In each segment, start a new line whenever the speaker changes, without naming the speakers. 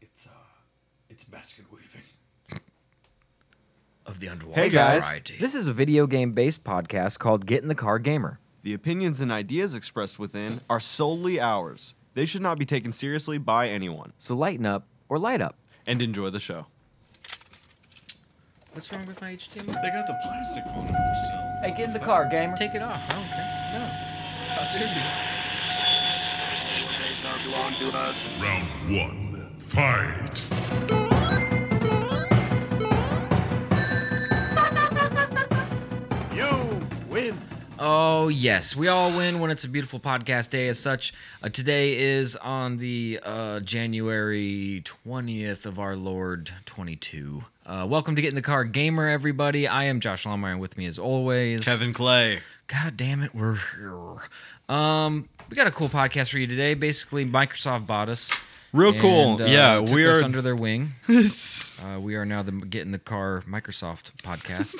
it's uh, it's basket weaving.
of the underwater
Hey, guys.
variety.
This is a video game based podcast called Get in the Car Gamer.
The opinions and ideas expressed within are solely ours. They should not be taken seriously by anyone.
So lighten up or light up.
And enjoy the show.
What's wrong with my HDMI?
They got the plastic on them still.
Hey, get in the car, gamer.
Take it off. I don't care.
How dare you?
Round one, fight.
Oh, yes. We all win when it's a beautiful podcast day, as such. Uh, today is on the uh, January 20th of our Lord 22. Uh, welcome to Get in the Car Gamer, everybody. I am Josh Longmire, and with me as always,
Clay.
God damn it, we're here. Um, we got a cool podcast for you today. Basically, Microsoft bought us.
Real cool.
and, uh,
yeah,
took
we
us
are.
under their wing. Uh, we are now the Get in the Car Microsoft podcast.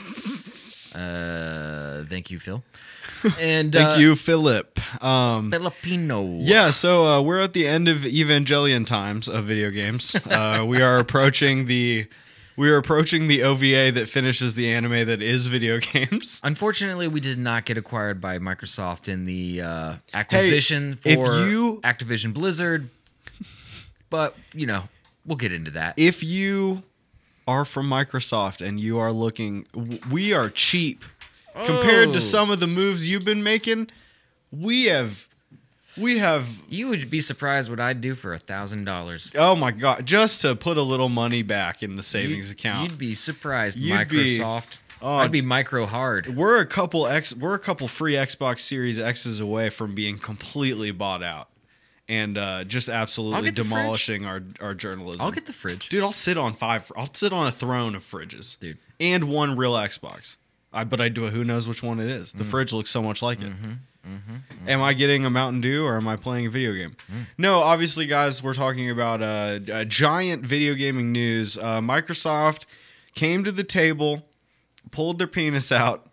uh, thank you, Phil. And
Thank
uh,
you, Philip. Um,
Filipino.
Yeah, so uh, we're at the end of Evangelion times of video games. Uh, we are approaching the we are approaching the OVA that finishes the anime that is video games.
Unfortunately, we did not get acquired by Microsoft in the uh, acquisition
if
for
you-
Activision Blizzard, but you know we'll get into that.
If you are from Microsoft and you are looking, w- we are cheap compared
Oh.
to some of the moves you've been making. We have, we have.
you would be surprised what I'd do for a thousand dollars.
Oh my god! Just to put a little money back in the savings account.
You'd be surprised,
You'd be-
Microsoft.
Oh,
I'd be micro hard.
We're a couple X we're a couple free Xbox Series X's away from being completely bought out and uh, just absolutely
get the fridge.
demolishing our, our journalism.
I'll get the fridge.
Dude, I'll sit on five I'll sit on a throne of fridges.
Dude.
And one real Xbox. I but I do a who knows which one it is.
Mm.
The fridge looks so much like it.
Mm-hmm,
Am I getting a Mountain Dew or am I playing a video game?
Mm.
No, obviously, guys, we're talking about uh, uh, giant video gaming news. Uh, Microsoft came to the table, pulled their penis out,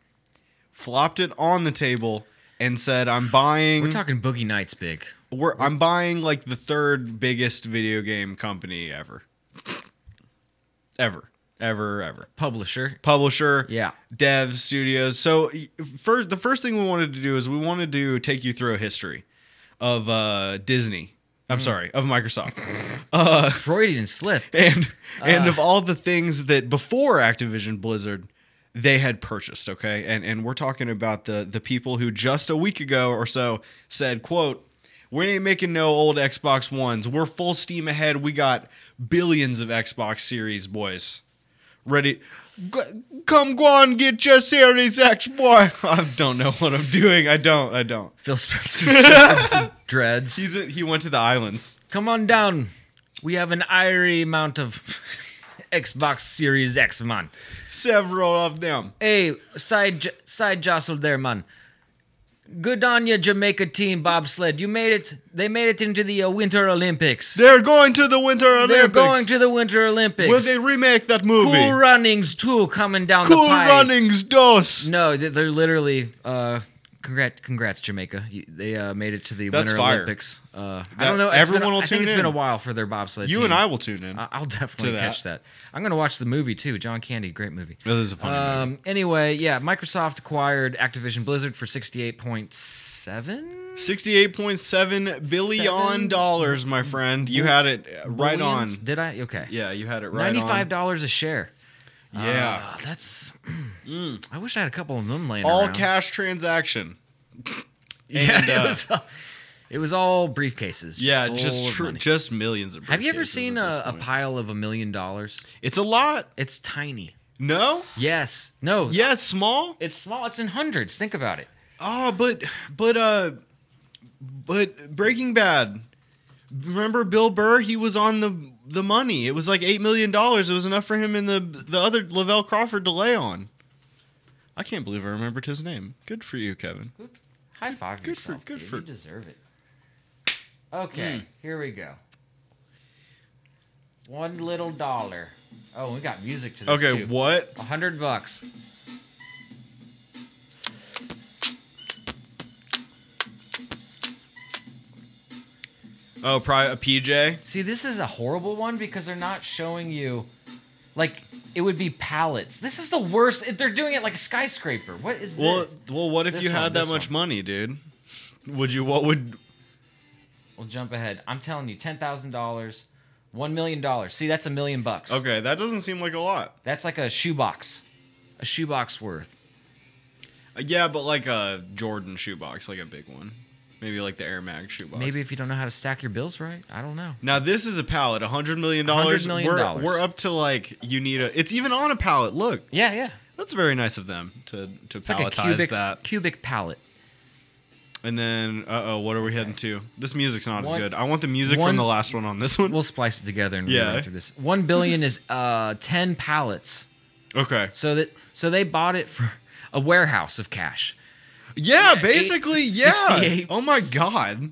flopped it on the table, and said, "I'm
Hmm.
buying.
We're talking Boogie Nights big.
we're- I'm buying like the third biggest video game company ever, ever, ever, ever."
Publisher.
publisher,
Yeah.
dev studios. So y- first, the first thing we wanted to do is we wanted to take you through a history of uh, Disney. I'm sorry, of Microsoft,
Freudian slip.
and
Ah.
and of all the things that before Activision Blizzard they had purchased. Okay, and and we're talking about the the people who just a week ago or so said, "quote." We ain't making no old Xbox Ones. We're full steam ahead. We got billions of Xbox Series, boys ready. G- come go on, get your Series X, boy. I don't know what I'm doing. I don't. I don't.
Phil Spencer just some dreads.
He's he went to the islands.
Come on down. We have an irie amount of Xbox Series X, man.
Several of them.
Hey, side j- side jostle there, man. Good on you, Jamaica team bobsled. You made it. They made it into the uh, Winter Olympics.
They're going to the Winter Olympics.
They're going to the Winter Olympics.
Will they remake that movie?
cool runnings too coming down
Cool
the pipe.
Runnings Dos.
No, they- they're literally. Uh, congrats, congrats, Jamaica. You- They uh, made it to the
That's
Winter
fire.
Olympics. Uh, I
That-
don't know. it's been a-
everyone will
I think
tune
it's been
in.
a while for their bobsled.
You
team.
and I will tune in.
I- I'll definitely
that.
catch that. I'm gonna watch the movie too. John Candy, great movie.
This is a funny
Um, anyway, yeah, Microsoft acquired Activision Blizzard for 68.7.
Sixty-eight point seven billion
Seven
dollars, my friend. You had it uh, right
Billions?
on.
Did I? Okay.
Yeah, you had it right
Ninety-five dollars a share.
on. Yeah, Mm.
Ah, that's. I wish I had a couple of them laying
all
around.
cash transaction.
Yeah,
And, uh,
it was. all- It was all briefcases. Just
yeah,
full
just
of
tr-
money.
just millions of.
Have you ever
briefcases
seen
at this
a, a
point.
pile of a million dollars?
It's a lot.
It's tiny.
No?
Yes. No.
Yeah, it's small.
It's small. It's in hundreds. Think about it.
Oh, but but uh but Breaking Bad. Remember Bill Burr? He was on the the money. It was like eight million dollars. It was enough for him and the the other Lavelle Crawford to lay on. I can't believe I remembered his name. Good for you, Kevin.
High five
good for-
yourself.
good
dude.
for- Hmm.
You deserve it. Okay, here we go. One little dollar. Oh, we got music to this
Okay,
too.
what?
A hundred bucks.
Oh, probably a PJ.
See, this is a horrible one because they're not showing you, like, it would be pallets. This is the worst. If They're doing it like a skyscraper. What is
Well,
this?
well, what if
This
you
one,
had that
this
much
one.
money, dude? Would you? What would?
We'll jump ahead. I'm telling you, ten thousand dollars, one million dollars. See, that's a million bucks.
Okay, that doesn't seem like a lot.
That's like a shoebox, a shoebox worth.
Uh, yeah, but like a Jordan shoebox, like a big one, maybe like the Air Mag shoebox.
Maybe if you don't know how to stack your bills right, I don't know.
Now this is a pallet, hundred million dollars.
$100 million.
We're, we're up to like you need a. It's even on a pallet. Look,
Yeah, yeah.
that's very nice of them to to
It's like a
palletize
cubic
that.
cubic pallet.
And then, uh oh, what are we heading to? This music's not as
One-
good. I want the music
one-
from the last one on this one.
We'll splice it together and
Yeah.
yeah. run through this. One billion is uh ten pallets.
okay.
So that so they bought it for a warehouse of cash.
Yeah,
eight-
basically, yeah.
68.
Oh my god.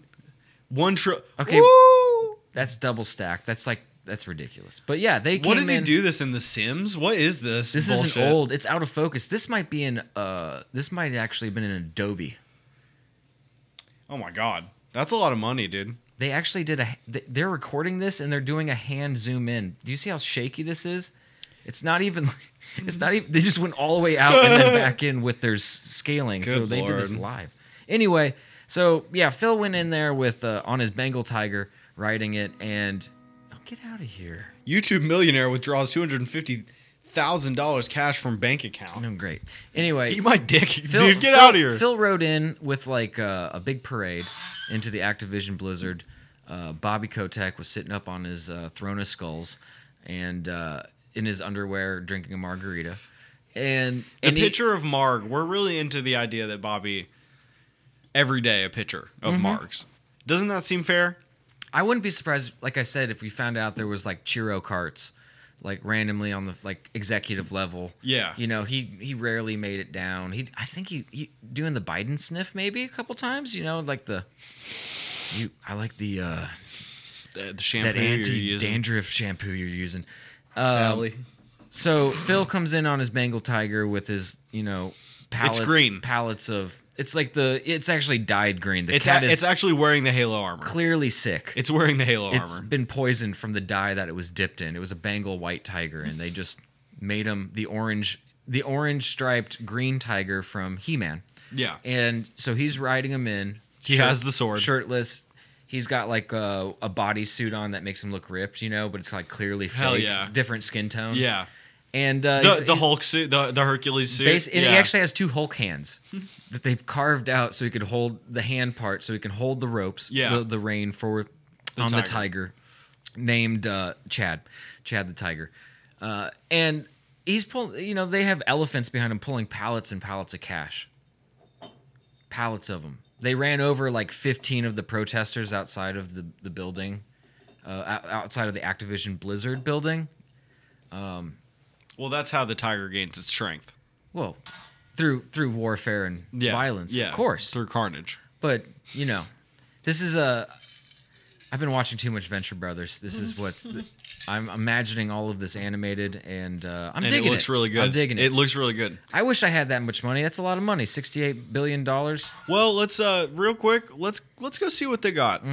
One tri.
Okay.
Woo!
That's double stacked. That's like that's ridiculous. But yeah, they
What
came
did you
in-
do this in The Sims? What is this?
This
bullshit?
isn't old. It's out of focus. This might be in uh this might actually have been in Adobe.
Oh my god, that's a lot of money, dude.
They actually did a th- they're recording this and they're doing a hand zoom in. Do you see how shaky this is? It's not even it's not even they just went all the way out and then back in with their s- scaling. so
Good
they did this
lord.
live. Anyway, so yeah, Phil went in there with uh, on his Bengal tiger riding it and oh, get out of here.
YouTube millionaire withdraws two hundred and fifty thousand dollars cash from bank account.
No, great. Anyway,
Eat my dick,
Phil-
dude. Get
Phil-
out of here.
Phil rode in with like uh, a big parade into the Activision Blizzard. Uh, Bobby Kotick was sitting up on his uh, throne of skulls and uh, in his underwear drinking a margarita. And
the
and he-
picture of Marg. We're really into the idea that Bobby every day a picture of
Mm-hmm.
Marg's. Doesn't that seem fair?
I wouldn't be surprised, like I said, if we found out there was like Chiro carts, like randomly on the like executive level.
Yeah.
You know, he he rarely made it down. He I think he, he doing the Biden sniff maybe a couple times. You know, like the you I like the uh
The, the shampoo
that anti dandruff shampoo you're using.
Sally.
So Phil comes in on his Bengal tiger with his, you know, pallets,
green.
pallets of. It's like the. It's actually dyed green. The
It's
cat
a-
is
it's actually wearing the Halo armor.
clearly sick.
It's wearing the Halo
it's
armor.
been poisoned from the dye that it was dipped in. It was a Bengal white tiger, and they just made him the orange, the orange striped green tiger from He-Man.
Yeah.
And so he's riding him in.
He has the sword.
Shirtless. He's got like a, a bodysuit on that makes him look ripped, you know, but it's like clearly fake,
Hell yeah.
different skin tone.
yeah.
And uh,
The,
he's-
the Hulk suit, the, the Hercules suit.
Bas- and
yeah.
he actually has two Hulk hands that they've carved out so he could hold the hand part, so he can hold the ropes,
Yeah.
the, the rein for on the
tiger.
tiger, named uh, Chad, Chad the tiger, uh, and he's pulling. You know, they have elephants behind him pulling pallets and pallets of cash, pallets of them. They ran over like fifteen of the protesters outside of the the building, uh, o- outside of the Activision Blizzard building.
well, that's how the tiger gains its strength.
Well, through through warfare and
Yeah.
violence,
Yeah.
of course.
Through carnage.
but you know, this is a. I've been watching too much Venture Brothers. This is what's. The, I'm imagining all of this animated, and uh, I'm
And
digging
it looks really good.
I'm digging it.
It looks really good.
I wish I had that much money. That's a lot of money. Sixty-eight billion dollars.
Well, let's uh real quick, let's let's go see what they got.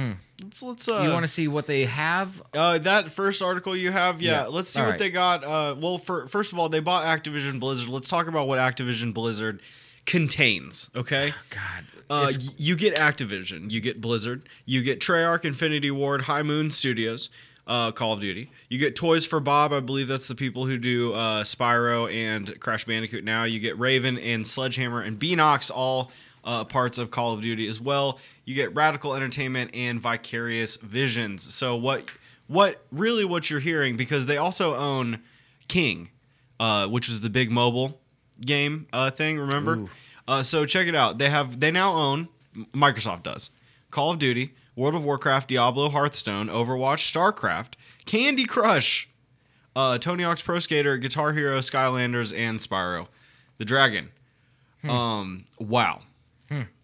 Let's let's uh
you want to see what they have?
Uh, that first article you have, yeah.
Yeah.
Let's see
All
what
right.
they got. Uh, well, for, first of all, they bought Activision Blizzard. Let's talk about what Activision Blizzard contains. Okay.
God,
Uh,
it's-
y- you get Activision, you get Blizzard, you get Treyarch, Infinity Ward, High Moon Studios, uh, Call of Duty. You get Toys for Bob. I believe that's the people who do uh, Spyro and Crash Bandicoot. Now you get Raven and Sledgehammer and Beanox, all uh, parts of Call of Duty as well. You get Radical Entertainment and Vicarious Visions. So what? What really? What you're hearing because they also own King, uh, which was the big mobile game uh, thing. Remember? Uh, so check it out. They have they now own M- Microsoft does Call of Duty, World of Warcraft, Diablo, Hearthstone, Overwatch, StarCraft, Candy Crush, uh, Tony Hawk's Pro Skater, Guitar Hero, Skylanders, and Spyro, the Dragon. Um, wow,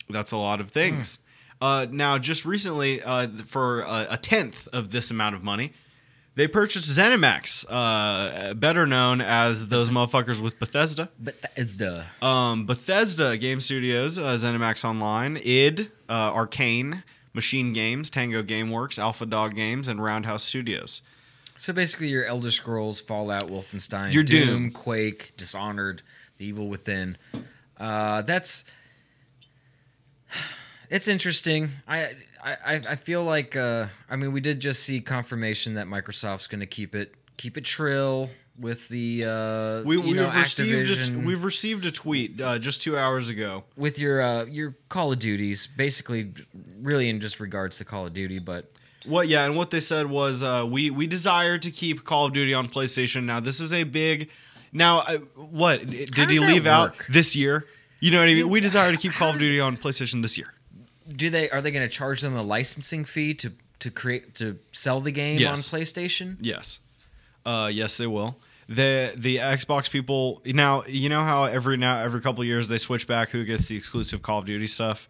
that's a lot of things. Uh, now, just recently, uh, th- for uh, a tenth of this amount of money, they purchased ZeniMax, uh, better known as those motherfuckers with Bethesda.
but that is the
Um, Bethesda Game Studios, uh, ZeniMax Online, id, uh, Arcane, Machine Games, Tango Gameworks, Alpha Dog Games, and Roundhouse Studios.
So basically, your Elder Scrolls, Fallout, Wolfenstein,
Your
Doom,
Doom.
Quake, Dishonored, The Evil Within. Uh, that's it's interesting. I I, I- I feel like uh, I mean we did just see confirmation that Microsoft's going to keep it keep it trill with the uh,
We,
you
we've
know,
received a,
Activision-
we've received a tweet uh, just two hours ago.
with your uh, your Call of Duties, basically, really in just regards to Call of Duty, but
What? Yeah, and what they said was, uh, we we desire to keep Call of Duty on PlayStation. Now this is a big. Now I, what
How
did
does
he
that
leave out
work?
this year? You know what I mean. We desire to keep Call of Duty on PlayStation this year.
do they are they going to charge them a licensing fee to to create to sell the game
Yes.
on PlayStation?
Yes. Uh, yes, they will. The the Xbox people now you know how every now every couple of years they switch back who gets the exclusive Call of Duty stuff,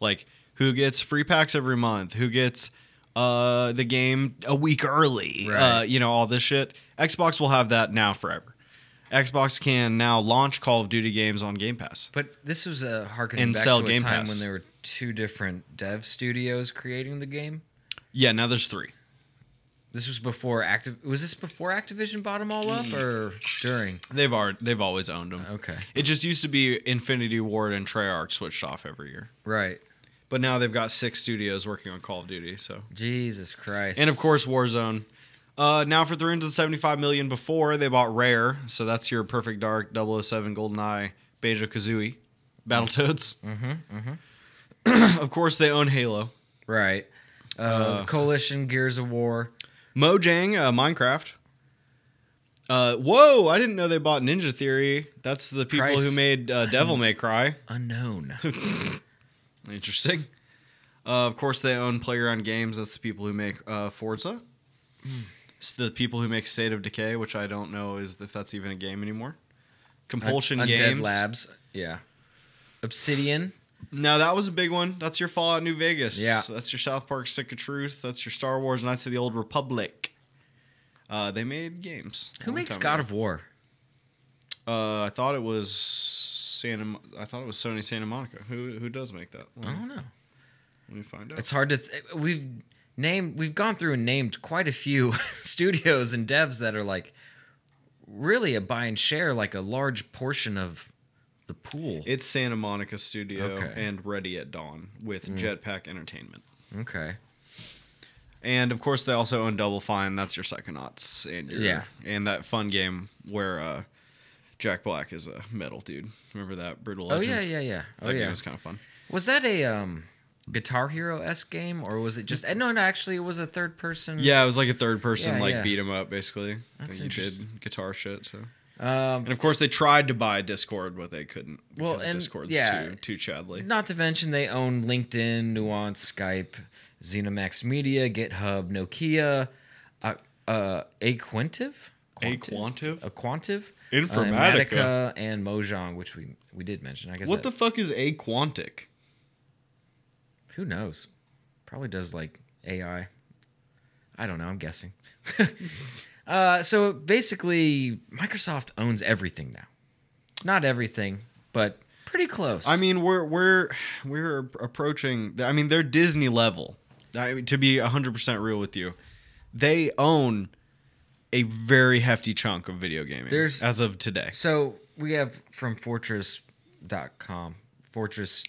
like who gets free packs every month, who gets uh the game a week early, uh,
Right.
you know all this shit. Xbox will have that now forever. Xbox can now launch Call of Duty games on Game Pass.
But this was a harkening
And
back
sell
to a
Game
time
Pass.
when there were two different dev studios creating the game.
Yeah, now there's three.
This was before Activ. Was this before Activision bought them all up or during?
They've already, they've always owned them.
Okay,
It just used to be Infinity Ward and Treyarch switched off every year.
right.
But now they've got six studios working on Call of Duty. So,
Jesus Christ.
and of course Warzone. Uh, now for 375 million before they bought Rare, so that's your Perfect Dark, 007, GoldenEye, Banjo Kazooie, Battletoads. Mm-hmm, mm-hmm. of course, they own Halo,
right. Uh, Coalition, Gears of War.
Mojang, uh, Minecraft. Uh, whoa! I didn't know they bought Ninja Theory. That's the people who
Christ.
made uh, Devil May Cry.
Unknown.
Interesting. Uh, of course, they own Playground Games. That's the people who make uh, Forza. It's the people who make State of Decay, which I don't know is if that's even a game anymore. Compulsion
Undead
Games.
Labs. Yeah. Obsidian.
No, that was a big one. That's your Fallout New Vegas.
Yeah.
That's your South Park Sick of Truth. That's your Star Wars Knights of the Old Republic. Uh, they made games. a
Who
long
makes
time
God
ago.
of War?
Uh, I thought it was Santa. Mo- I thought it was Sony Santa Monica. Who who does make that? Let
I
me,
don't know.
let me find out.
It's hard to. Th- we've named. We've gone through and named quite a few studios and devs that are like really a buy and share, like a large portion of the pool.
It's Santa Monica Studio
Okay. Mm.
and Ready at Dawn with Jetpack Entertainment.
okay.
And of course, they also own Double Fine. That's your Psychonauts and your,
Yeah.
and that fun game where uh, Jack Black is a metal dude. Remember that brutal
Oh
legend?
yeah, yeah, yeah.
That
Oh
game
yeah.
was kind of fun.
Was that a um, Guitar Hero s game or was it just? eh, No, no. Actually, it was a third person.
Yeah, it was like a third person
Yeah,
like
yeah.
beat 'em up basically. and
That's
you
interesting.
did guitar shit. So
Um,
and of course, they tried to buy Discord, but they couldn't
Well,
because
and-
Discord's
yeah.
too too chadly.
not to mention they own LinkedIn, Nuance, Skype, Xenomax Media, GitHub, Nokia, uh, uh, Aquintive.
A
Quantive?
Quantiv?
a Quantiv,
Informatica.
Informatica, uh, and Mojang, which we we did mention. I guess
What the
that-
fuck is A Quantic?
who knows? Probably does like AI. I don't know. I'm guessing. uh, so basically, Microsoft owns everything now. Not everything, but pretty close.
I mean, we're we're we're approaching. I mean, they're Disney level. I mean, to be hundred percent real with you, they own a very hefty chunk of video gaming
There's-
as of today.
So we have from fortress.com, fortress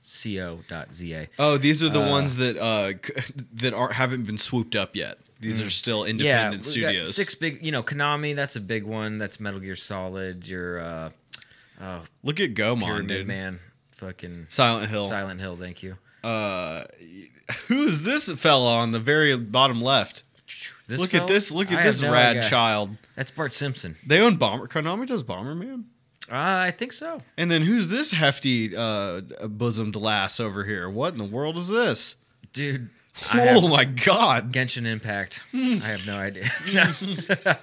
solitude.co.za.
Oh, these are the ones that uh c- that are haven't been swooped up yet. These are still
Hmm. Yeah,
independent
we got
studios.
six big, you know, Konami, that's a big one. That's Metal Gear Solid, your uh,
Look at Gomon,
Pyramid
dude.
Man, fucking
Silent Hill.
Silent Hill, thank you.
Who's this fella on the very bottom left?
This
look
fella?
at this! Look
I
at
have
this
no
rad
idea.
child.
That's Bart Simpson.
They own Bomber. Konami does Bomberman.
Uh, I think so.
And then who's this hefty uh, bosomed lass over here? What in the world is this?
Dude, I have
Oh my god!
Genshin Impact. I have no idea.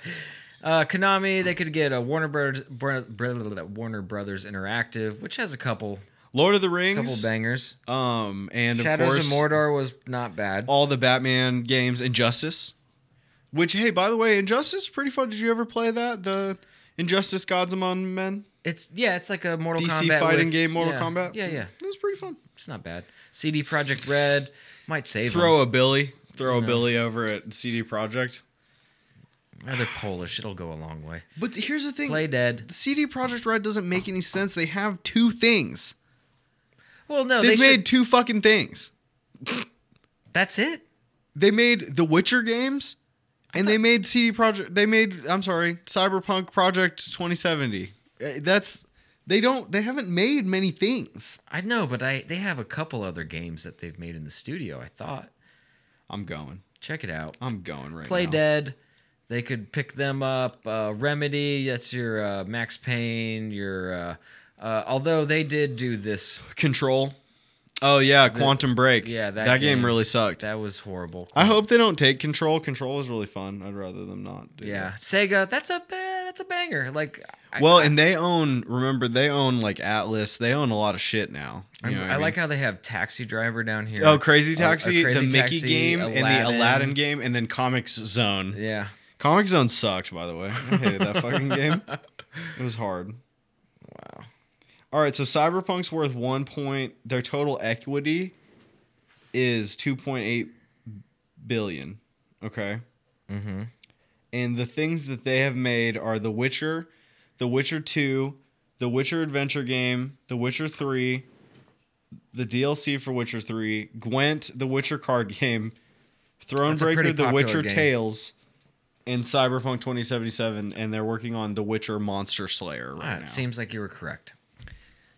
uh, Konami, they could get a Warner Brothers, Bro- Bro- Bro- Warner Brothers Interactive, which has a couple
Lord of the
couple
Rings,
bangers.
um, and
Shadows
of course
of Mordor was not bad.
all the Batman games, Injustice. Which, hey, by the way, Injustice pretty fun. Did you ever play that? The Injustice Gods Among Men
It's yeah, it's like a Mortal
DC
Kombat
fighting
with-
game, Mortal
yeah,
Kombat.
Yeah, yeah.
it was pretty fun.
It's not bad. CD Project Red might save
Throw
them.
a Billy. Throw a Billy over at CD Project.
Yeah, they're Polish. It'll go a long way.
But th- here's the thing.
Play dead.
The CD Project Red doesn't make any sense. They have two things.
Well, no, they
They've made
should-
two fucking things.
That's it.
They made The Witcher games and they made CD Project they made I'm sorry, Cyberpunk Project 2070. Uh, That's they don't they haven't made many things.
I know, but I they have a couple other games that they've made in the studio. I thought
I'm going.
check it out.
I'm going right
Play
now.
Dead. They could pick them up. Uh, Remedy. That's your uh, Max Payne. Your uh, uh, although they did do this.
Control. Oh yeah, Quantum Break.
yeah, that
game,
game.
really sucked.
That was horrible.
I hope they don't take Control. Control is really fun. I'd rather them not. Do
Yeah, Sega. That's a ba- that's a banger. Like I-
that. Well, and they own. Remember, they own like Atlas. They own a lot of shit now.
I,
You know what
I like
mean?
how they have Taxi Driver down here.
Oh, Crazy Taxi,
Uh, Crazy
the Mickey
Taxi,
game, and the
Aladdin.
Aladdin game, and then Comics Zone.
Yeah.
Comic Zone sucked, by the way. I hated that fucking game. It was hard.
Wow.
All right, so Cyberpunk's worth one point. Their total equity is two point eight billion. Okay.
Mm-hmm.
And the things that they have made are The Witcher, The Witcher 2, The Witcher Adventure Game, The Witcher 3, the DLC for Witcher 3, Gwent, The Witcher Card Game,
That's a pretty
Thronebreaker, The
popular
Witcher
game.
Tales, and Cyberpunk 2077. And they're working on The Witcher Monster Slayer right
Ah,
now.
it seems like you were correct.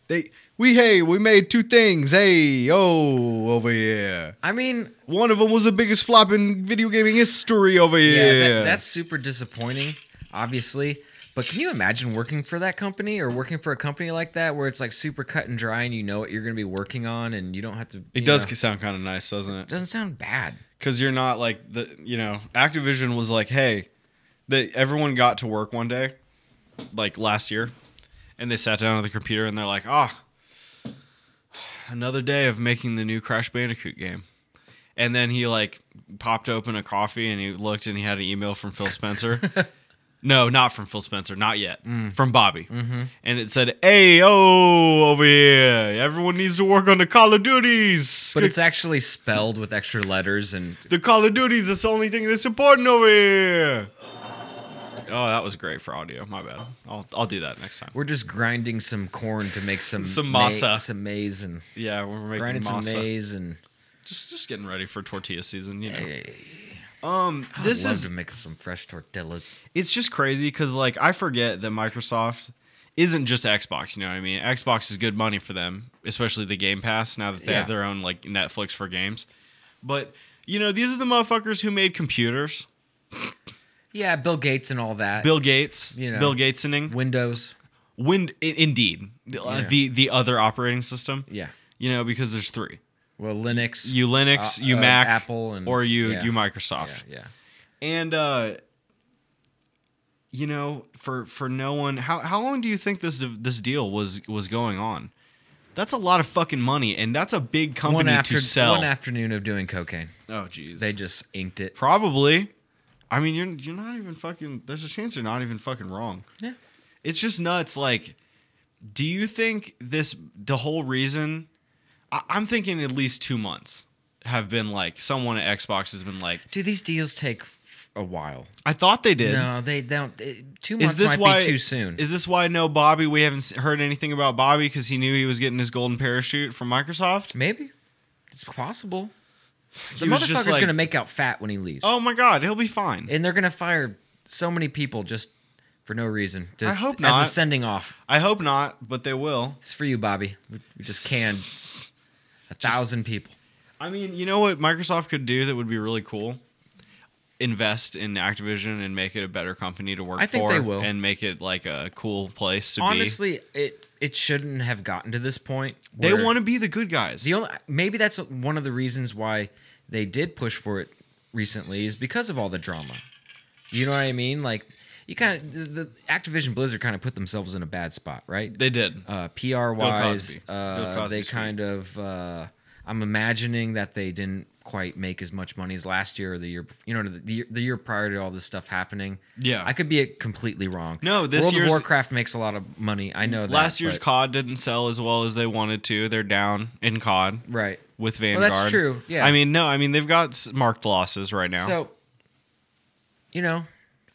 they, we, hey, we made two things. Hey, oh, over here.
I mean,
One of them was the biggest flop in video gaming history over
yeah,
here.
that, that's super disappointing, obviously. But can you imagine working for that company or working for a company like that where it's like super cut and dry and you know what you're going to be working on and you don't have to.
It
you
does
know,
sound kind of nice, doesn't it?
doesn't sound bad.
because you're not like the you know activision was like hey that everyone got to work one day like last year and they sat down at the computer and they're like ah another day of making the new crash bandicoot game and then he like popped open a coffee and he looked and he had an email from phil spencer no not from phil spencer not yet from bobby and it said hey oh over here everyone needs to work on the call of duties
But it's actually spelled with extra letters and
the Call of Duties, that's the only thing that's important over here. Oh, that was great for audio. My bad. I'll, I'll do that next time.
we're just grinding some corn to make some
Some
ma-
masa.
some maize and
Yeah, we're making
grinding
masa.
some maize and
Just just getting ready for tortilla season, you know.
Hey.
Um, this
I'd love
is
to make some fresh tortillas.
it's just crazy because like I forget that Microsoft isn't just Xbox. You know what I mean? Xbox is good money for them, especially the Game Pass. Now that they
Yeah.
have their own like Netflix for games, but you know these are the motherfuckers who made computers.
Yeah, Bill Gates and all that.
Bill Gates,
You know.
Bill Gatesening.
Windows.
Win i- indeed the, uh,
Yeah.
the the other operating system.
Yeah.
You know because there's three.
Well, Linux.
You Linux,
Uh,
you
uh,
Mac,
Apple, and-
or you
yeah.
you
Yeah,
Microsoft.
yeah.
And uh you know for for no one how how long do you think this this deal was was going on? That's a lot of fucking money and that's a big company
One, after-
to sell.
one afternoon of doing cocaine.
oh jeez.
They just inked it.
Probably. I mean, you're you're not even fucking. There's a chance you're not even fucking wrong.
Yeah.
It's just nuts. Like, do you think this the whole reason? I, I'm thinking at least two months have been like someone at Xbox has been like,
Do these deals take f- a while?
I thought they did.
No, they don't. It, two
Is
months
this
might
why
be too soon.
Is this why no Bobby? We haven't s- heard anything about Bobby because he knew he was getting his golden parachute from Microsoft.
Maybe. It's possible. The
He was
motherfucker's
just like,
going to make out fat when he leaves.
Oh my god, he'll be fine.
And they're going to fire so many people just for no reason. To,
I hope
As
not.
a sending off.
I hope not, but they will.
It's for you, Bobby. We we just canned a thousand people.
I mean, you know what Microsoft could do that would be really cool? Invest in Activision and make it a better company to work
I think
for.
they will.
And make it like a cool place to
Honestly, it it shouldn't have gotten to this point.
be. They
where-
want to be the good guys.
The only maybe that's one of the reasons why they did push for it recently is because of all the drama. You know what I mean? Like you kind of the, the Activision Blizzard kind of put themselves in a bad spot, right?
they did.
uh, PR wise,
Bill
uh,
Cosby's
they
sweet.
kind of. Uh, I'm imagining that they didn't quite make as much money as last year or the year, bef- you know, the- the year, the year prior to all this stuff happening.
Yeah.
I could be completely wrong.
No, this
World
year's-
of Warcraft makes a lot of money. I know that.
Last year's
but-
COD didn't sell as well as they wanted to. They're down in COD
right?
with
Well,
Vanguard.
that's true, yeah.
I mean, no, I mean they've got s- marked losses right now.
So, you know,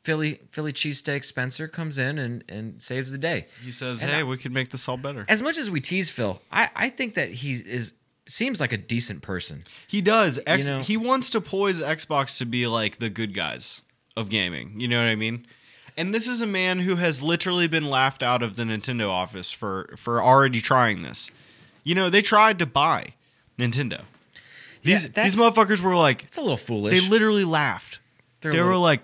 Philly Philly cheesesteak Spencer comes in and and saves the day.
he says,
and
"Hey,
I-
we could make this all better."
As much as we tease Phil, I I think that he is seems like a decent person.
He does. X,
know-
he wants to poise Xbox to be like the good guys of gaming. You know what I mean? And this is a man who has literally been laughed out of the Nintendo office for for already trying this. You know, they tried to buy Nintendo. These
Yeah,
these
that's-
motherfuckers were like
It's a little foolish.
they literally laughed.
They're
they
a
were
little-
like,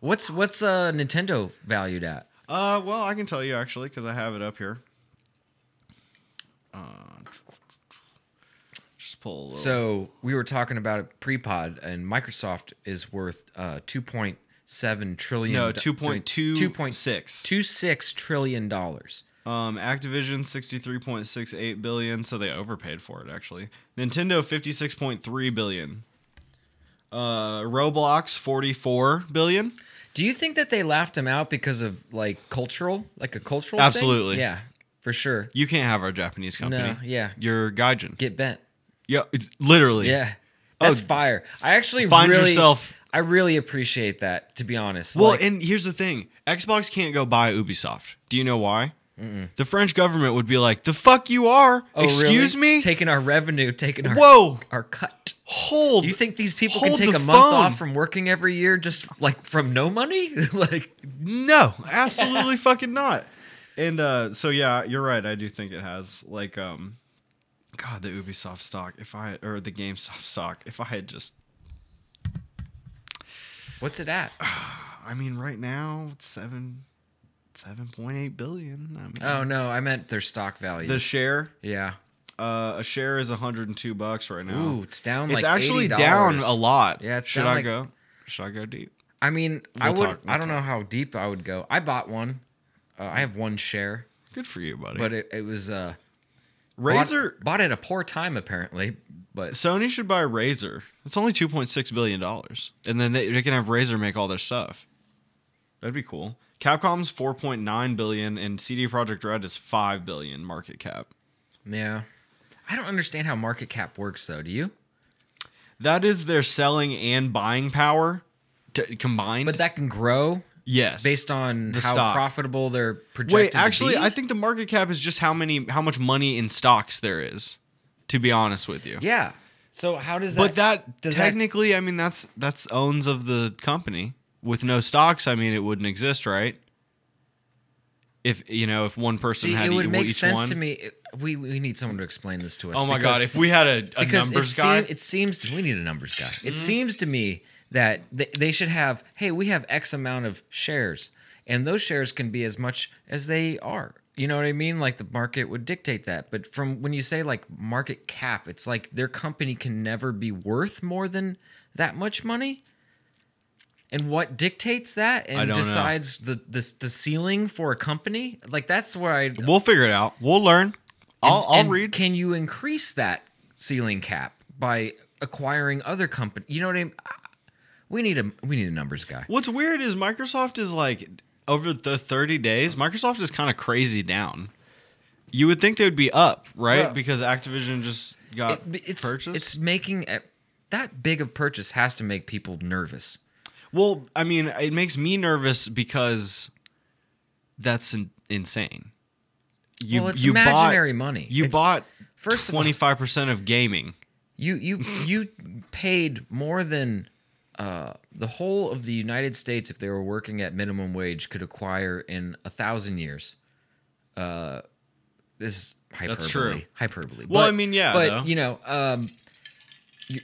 what's what's uh Nintendo valued at?
"Uh, well, I can tell you actually cuz I have it up here." Uh, just pull a little.
So we were talking about it pre-pod, and Microsoft is worth uh, two point seven trillion.
no,
do-
2.2
2.6 26 trillion dollars.
Um, Activision sixty three point six eight billion, so they overpaid for it actually. Nintendo fifty six point three billion. Uh, Roblox forty four billion.
Do you think that they laughed him out because of like cultural, like a cultural?
Absolutely.
Thing? Yeah, for sure.
You can't have our Japanese company.
No, yeah.
you're Gaijin.
Get bent.
yeah, it's literally.
Yeah, that's
Oh,
fire. I actually
find
really,
yourself-
I really appreciate that. To be honest,
Well,
Like,
and here's the thing: Xbox can't go buy Ubisoft. Do you know why? The French government would be like, "The fuck you are?
oh,
Excuse
really?
me?
taking our revenue, taking our
Whoa,
our cut.
hold!
You think these people
Hold
can take
the
a month
phone.
off from working every year just like from no money? like
No, absolutely fucking not. And uh, so yeah, you're right. I do think it has like um, God, the Ubisoft stock. If I or the GameStop stock. If I had just,
what's it at?
I mean, right now it's seven, seven point eight billion. I mean,
Oh no, I meant their stock value.
the share,
yeah.
uh, a share is 102 bucks right now.
Ooh, it's down
it's
like
actually
$80.
down a lot.
Yeah, it's
should
down,
I
like-
go? Should I go deep?
I mean, I
We'll
would.
talk, we'll
I don't know how deep I would go. I bought one. Uh, I have one share,
Good for you, buddy.
but it, it was uh, bought-
Razor,
bought at a poor time apparently. But
Sony should buy Razor. It's only two point six billion dollars, and then they, they can have Razor make all their stuff. That'd be cool. Capcom's four point nine billion, and CD Projekt Red is five billion market cap.
yeah, I don't understand how market cap works though. Do you?
That is their selling and buying power to, combined.
But that can grow
yes,
based on
The
how
stock.
profitable they're projected.
wait,
to
actually,
be.
I think the market cap is just how many, how much money in stocks there is. To be honest with you,
yeah. So how does
but
that?
that
does that-
technically, I mean, that's that's owns of the company. With no stocks, I mean, it wouldn't exist, right? If you know, if one person
See,
had
it
to
would
equal
make
each
sense
one.
to me. It- We we need someone to explain this to us.
oh my
because-
god, if we had a, a
because
numbers
it,
guy, Mm-hmm.
Seem, it seems to, we need a numbers guy. It seems to me that they, they should have. Hey, we have X amount of shares, and those shares can be as much as they are. You know what I mean? Like the market would dictate that. But from when you say like market cap, it's like their company can never be worth more than that much money. And what dictates that
don't
and
know.
decides the, the the ceiling for a company? Like that's where I
we'll figure it out. We'll learn. I'll,
and-
I'll
and
read.
Can you increase that ceiling cap by acquiring other company? You know what I mean? I- We need a we need a numbers guy.
What's weird is Microsoft is like over the 30 days, Microsoft is kind of crazy down. You would think they would be up, right?
Yeah.
Because Activision just got
It- it's
purchased.
it's making a, that big of purchase has to make people nervous.
Well, I mean, it makes me nervous because that's in- insane. You,
well, it's
you
imaginary
bought,
money.
You
It's-
bought
first of all-
twenty five percent of gaming.
you you you paid more than uh, the whole of the United States, if they were working at minimum wage, could acquire in a thousand years. Uh, this is hyperbole.
That's true.
Hyperbole.
Well,
But-
I mean, yeah,
But
though.
you know, um, you,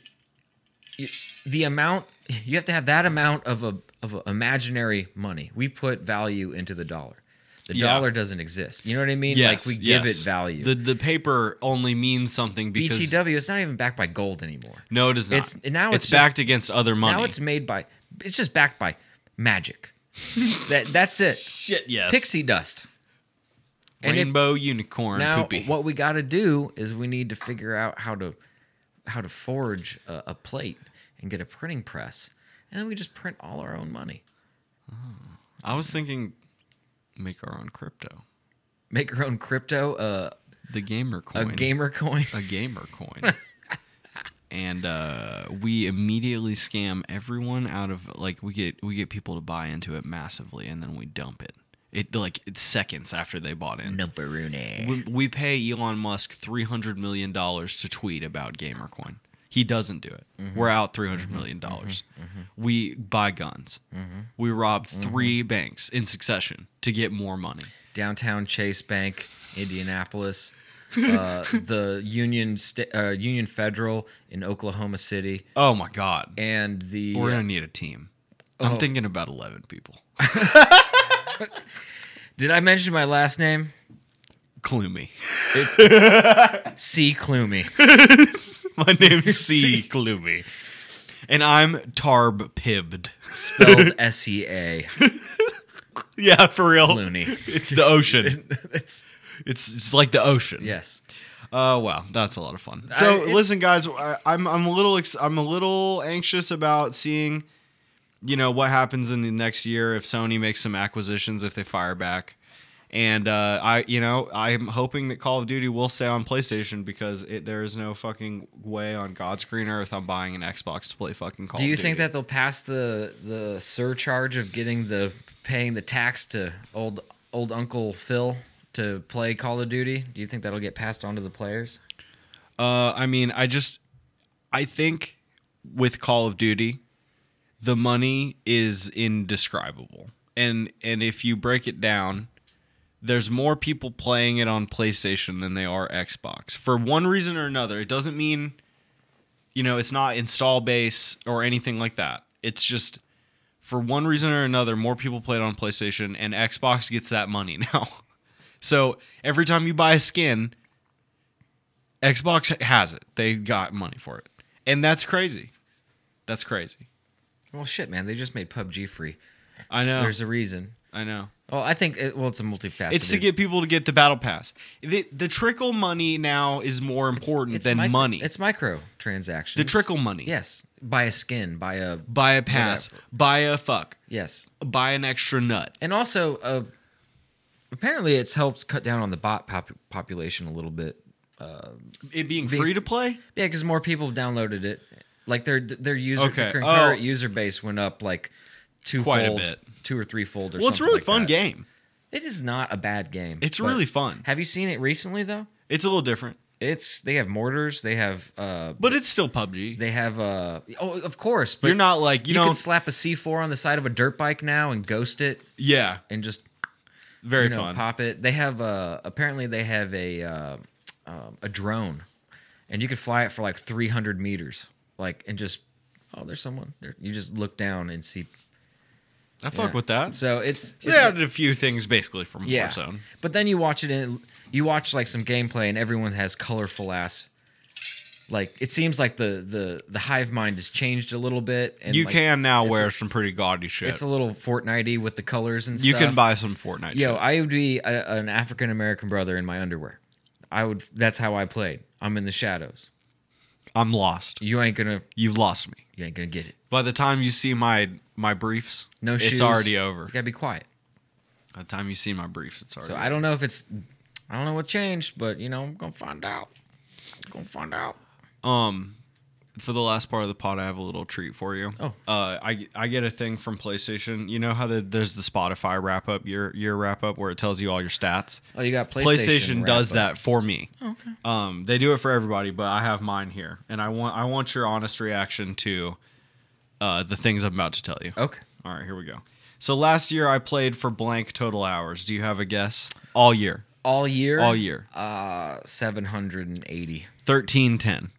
you, the amount you have to have that amount of a of a imaginary money. We put value into the dollar. The
Yeah.
dollar doesn't exist. You know what I mean?
Yes,
like we give
yes.
it value.
The the paper only means something because
BTW, it's not even backed by gold anymore.
No, it is not.
It's- now it's just-
backed against other money.
Now Oh, it's made by it's just backed by magic. that that's it.
shit. Yes,
Pixie dust. And it-
rainbow unicorn
now
poopy.
what we got to do is we need to figure out how to how to forge a, a plate and get a printing press, and then we just print all our own money,
I was thinking, make our own crypto,
make our own crypto, uh,
the gamer
a
coin,
gamer coin.
a gamer coin, and uh, we immediately scam everyone out of like we get we get people to buy into it massively, and then we dump it. It like it's seconds after they bought in.
Numberoni.
We, we pay Elon Musk three hundred million dollars to tweet about GamerCoin. He doesn't do it. We're out three hundred million dollars. We buy guns. We rob 3 banks in succession to get more money.
downtown Chase Bank, Indianapolis, uh, the Union Sta- uh, Union Federal in Oklahoma City,
Oh my god!
and the
We're gonna need a team. I'm thinking about eleven people.
did I mention my last name?
Clooney.
C. Clooney.
My name's C. Clooney, and I'm Tarb Pibbed.
spelled S E A.
yeah, for real.
Clooney.
It's the ocean.
It's
it's it's like the ocean.
yes.
Oh wow, that's a lot of fun. So
it-
listen, guys, I, I'm I'm a little ex- I'm a little anxious about seeing, you know, what happens in the next year if Sony makes some acquisitions if they fire back, and uh, I you know I'm hoping that Call of Duty will stay on PlayStation because it, there is no fucking way on God's green earth I'm buying an Xbox to play fucking Call.
Do
of
you
Duty.
think that they'll pass the the surcharge of getting the paying the tax to old old Uncle Phil to play Call of Duty? Do you think that'll get passed on to the players?
Uh, I mean, I just, I think with Call of Duty, the money is indescribable, and and if you break it down, there's more people playing it on PlayStation than they are Xbox for one reason or another. It doesn't mean, you know, it's not install base or anything like that. It's just for one reason or another, more people play it on PlayStation, and Xbox gets that money now. so every time you buy a skin, Xbox has it. They got money for it. And that's crazy. That's crazy.
Well, shit, man, they just made PUBG free.
I know.
There's a reason.
I know.
Well, I think it, well, it's a multifaceted.
It's to get people to get the battle pass. The, the trickle money now is more important
it's
than
micro-
money.
It's micro transactions.
the trickle money.
Yes, buy a skin, buy a
Buy a pass. Buy a fuck.
yes,
Buy an extra nut.
and also uh, apparently it's helped cut down on the bot pop- population a little bit.
It being free to play?
Yeah, because more people downloaded it. Like their their user
Okay.
their concurrent
Oh.
user base went up like two
Quite a
folds,
bit.
two or three fold or
Well, it's a
something
really
like
fun
that.
game.
It is not a bad game.
It's
but-
really fun.
Have you seen it recently though?
It's a little different,
It's they have mortars, they have uh
but it's still PUBG.
they have uh oh of course, but
You're not like, you,
you,
don't.
can slap a C4 on the side of a dirt bike now and ghost it
yeah.
and just
Very
you know,
fun.
pop it. They have uh apparently they have a uh, um, a drone, and you could fly it for like 300 meters, like and just oh there's someone there. You just look down and see.
I fuck
yeah.
with that.
So it's, it's
They added a few things basically from
yeah.
Warzone.
But then you watch it and you watch like some gameplay and everyone has colorful ass. Like it seems like the the the hive mind has changed a little bit. And
you
like,
can now
it's
wear
A,
some pretty gaudy shit.
it's a little Fortnitey with the colors and
you
stuff.
can buy some Fortnite.
Yo,
shit.
I would be a, an African American brother in my underwear. I would. That's how I played. I'm in the shadows.
I'm lost.
You ain't gonna.
You've lost me.
You ain't gonna get it.
By the time you see my my briefs,
No
it's
shoes.
already over.
You gotta be quiet.
By the time you see my briefs, it's already.
So I don't know if it's. I don't know what changed, but you know I'm gonna find out. I'm gonna find out.
um, for the last part of the pod, I have a little treat for you.
Oh.
uh, I I get a thing from PlayStation. You know how the, there's the Spotify wrap up, year year wrap up, where it tells you all your stats.
Oh, you got PlayStation. Oh,
PlayStation, does
wrap up.
that for me. Okay. Um, they do it for everybody, but I have mine here, and I want I want your honest reaction to uh, the things I'm about to tell you.
Okay.
All right, here we go. So last year I played for blank total hours. Do you have a guess? All year,
All year.
all year,
Uh, seven hundred and eighty.
thirteen ten.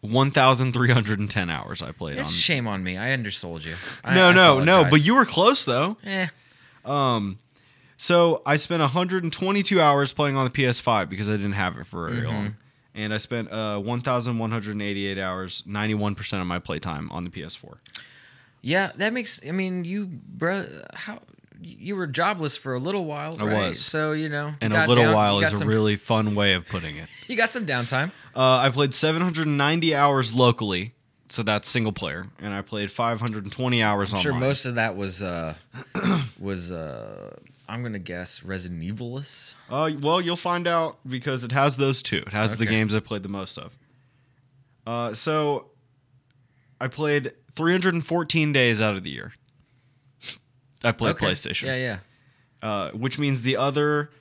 1,310 hours I played
It's
on.
shame on me. I undersold you. I-
no,
I
no, no, but
apologize.
you were close though.
Eh.
So I spent 122 hours playing on the PS5 because I didn't have it for
Mm-hmm.
very long. And I spent uh, 1,188 hours, 91% of my playtime on the PS4.
Yeah, that makes. I mean, you, bro. How you were jobless for a little while.
I
right?
was.
So you know, you
And a
got
little
down- you
while
got
is a
some-
really fun way of putting it.
You got some downtime.
Uh, I played 790 hours locally, so that's single player, and I played 520 hours
I'm
online.
sure most of that was uh, was uh, I'm gonna guess Resident Evilus.
Uh, well, you'll find out because it has those two. It has the
Okay.
games I played the most of. Uh, so I played 314 days out of the year. I played
Okay.
PlayStation,
Yeah, yeah.
Uh, which means the other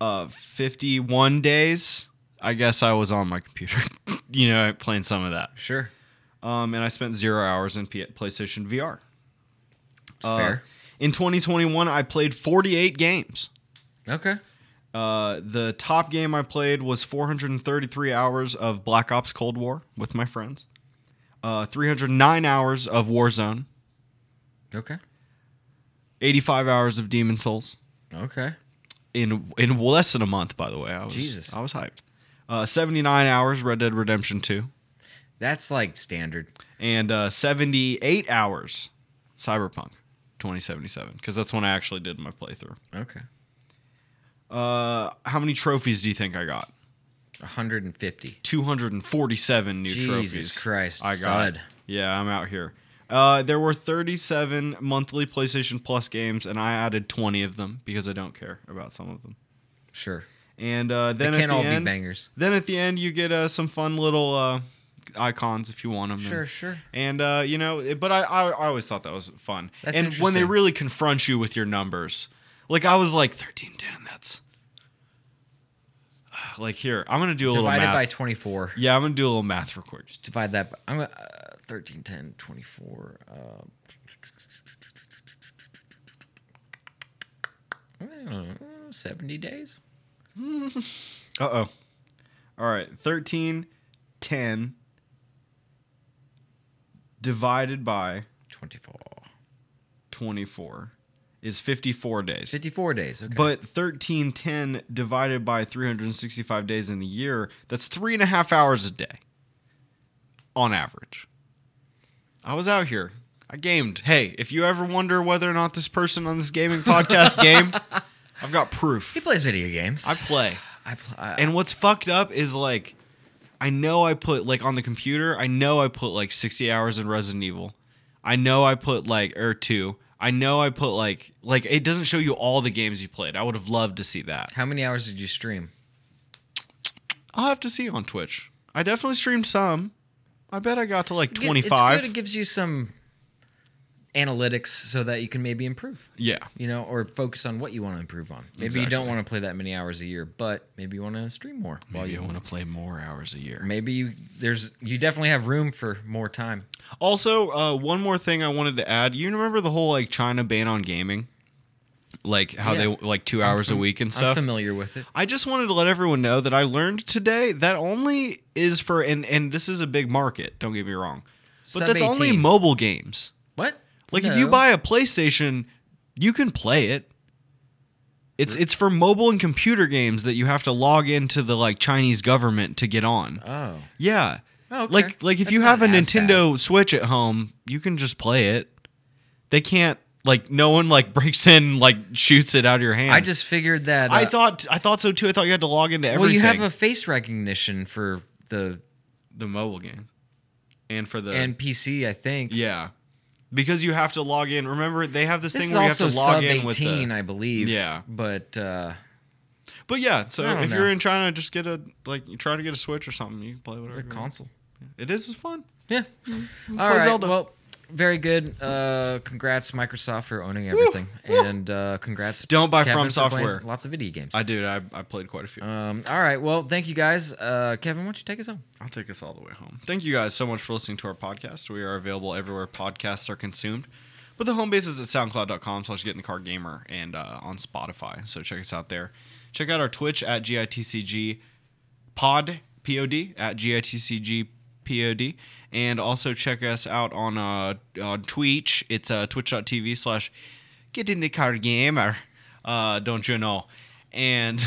uh, 51 days, I guess I was on my computer, you know, playing some of that.
Sure.
Um, and I spent zero hours in P- PlayStation VR.
It's
Uh,
fair.
In 2021, I played 48 games.
Okay.
Uh, the top game I played was 433 hours of Black Ops Cold War with my friends, uh, 309 hours of Warzone,
Okay.
85 hours of Demon Souls
Okay.
in in less than a month. By the way, I was
Jesus.
I was hyped. Uh, 79 hours Red Dead Redemption 2
That's like standard.
and uh, 78 hours Cyberpunk 2077 because that's when I actually did my playthrough.
Okay.
Uh, how many trophies do you think I got?
150.
247 new
Jesus
trophies.
Christ,
I got.
stud.
Yeah, I'm out here. Uh, there were 37 monthly PlayStation Plus games, and I added 20 of them because I don't care about some of them.
Sure.
And uh, then
they can't
at the
all
end,
be bangers.
then at the end, you get uh, some fun little uh, icons if you want them.
Sure, sure.
And uh, you know, it- but I, I I always thought that was fun.
That's
and when they
interesting.
really confront you with your numbers, like I was like 13, 10, That's like here. I'm gonna do a little
Divided
math.
by 24.
yeah, I'm gonna do a little math real quick.
Divide that. By, I'm gonna uh, 13, 10, 24. Uh, I don't know, 70 mm, days.
Uh oh. All right. 13, 10 divided by
24.
24 is 54 days.
54 days. Okay.
But 1310 divided by 365 days in the year, that's three and a half hours a day on average. I was out here. I gamed. Hey, if you ever wonder whether or not this person on this gaming podcast gamed, I've got
he
proof.
plays video games.
I play.
I, pl- I,
And what's fucked up is like, I know I put like on the computer. I know I put like sixty hours in Resident Evil. I know I put like or two. I know I put like like it doesn't show you all the games you played. I would have loved to see that.
how many hours did you stream?
I'll have to see on Twitch. I definitely streamed some. I bet I got to like
It gi-
twenty
It's good. It
five.
gives you some analytics so that you can maybe improve.
Yeah,
you know, or focus on what you want to improve on. Maybe you
Exactly.
don't want to play that many hours a year, but maybe you want to stream more. while
maybe
you
I want to play more hours a year.
Maybe you there's you definitely have room for more time.
Also, uh, one more thing I wanted to add. You remember the whole like China ban on gaming, like how
Yeah.
they like two hours a week and
I'm
stuff.
familiar with it.
I just wanted to let everyone know that I learned today that only is for and and this is a big market. Don't get me wrong, but
Sub
that's only
18.
mobile games.
What?
Like if you
No.
buy a PlayStation, you can play it. It's it's for mobile and computer games that you have to log into the like Chinese government to get on.
Oh.
Yeah.
Oh, okay.
Like like if
That's
you
not
have a
as
Nintendo Switch at home, you can just play it. They can't like no one like breaks in and, like shoots it out of your hand.
I just figured that
I
uh,
thought I thought so too. I thought you had to log into everything.
Well, you have a face recognition for the
the mobile game, and for the
NPC, I think.
Uh, yeah, because you have to log in. Remember, they have this,
This
thing
is
where you have
also
to log
sub
in with.
18,
The,
I believe.
Yeah.
But uh
but yeah, so
I don't
if
know.
you're in China, just get a like you try to get a Switch or something. You can play whatever.
the
you want.
console.
It is fun.
Yeah. All
Mm-hmm. play
right.
Zelda.
Well, very good. Uh, congrats Microsoft for owning everything, and uh, congrats.
Don't buy
Kevin
From
for playing
Software.
Lots of video games.
I did. I, I played quite a few.
um, all right. Well, thank you guys. Uh, Kevin, why don't you take us home?
I'll take us all the way home. Thank you guys so much for listening to our podcast. We are available everywhere podcasts are consumed. But the home base is at soundcloud.com slash get in the car gamer and uh, on Spotify. So check us out there. Check out our Twitch at GITCG pod, P-O-D, at GITCG P-O-D. And also check us out on, uh, on Twitch. It's uh, twitch.tv slash get in the car gamer. Uh, don't you know? and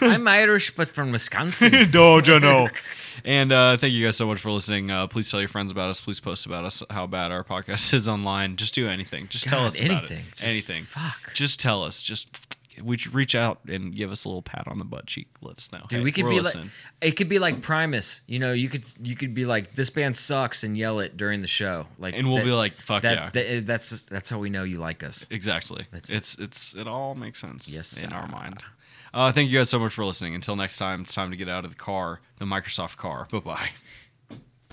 I'm Irish, but from Wisconsin.
Dojo no. And uh, thank you guys so much for listening. Uh, please tell your friends about us. Please post about us how bad our podcast is online. Just do anything. Just tell
God,
us about it.
anything. Just
anything.
fuck.
Just tell us. Just we reach out and give us a little pat on the butt cheek. Let us know.
Dude,
Hey,
we could
we're
be
listening.
like, it could be like Primus. You know, you could you could be like, this band sucks, and yell it during the show. Like,
and we'll
that-
be like, fuck
that,
yeah,
that- that's that's how we know you like us.
exactly.
That's it.
it's it's it all makes sense.
Yes,
in our
sir.
mind. Uh, thank you guys so much for listening. Until next time, it's time to get out of the car, the Microsoft car. Bye bye.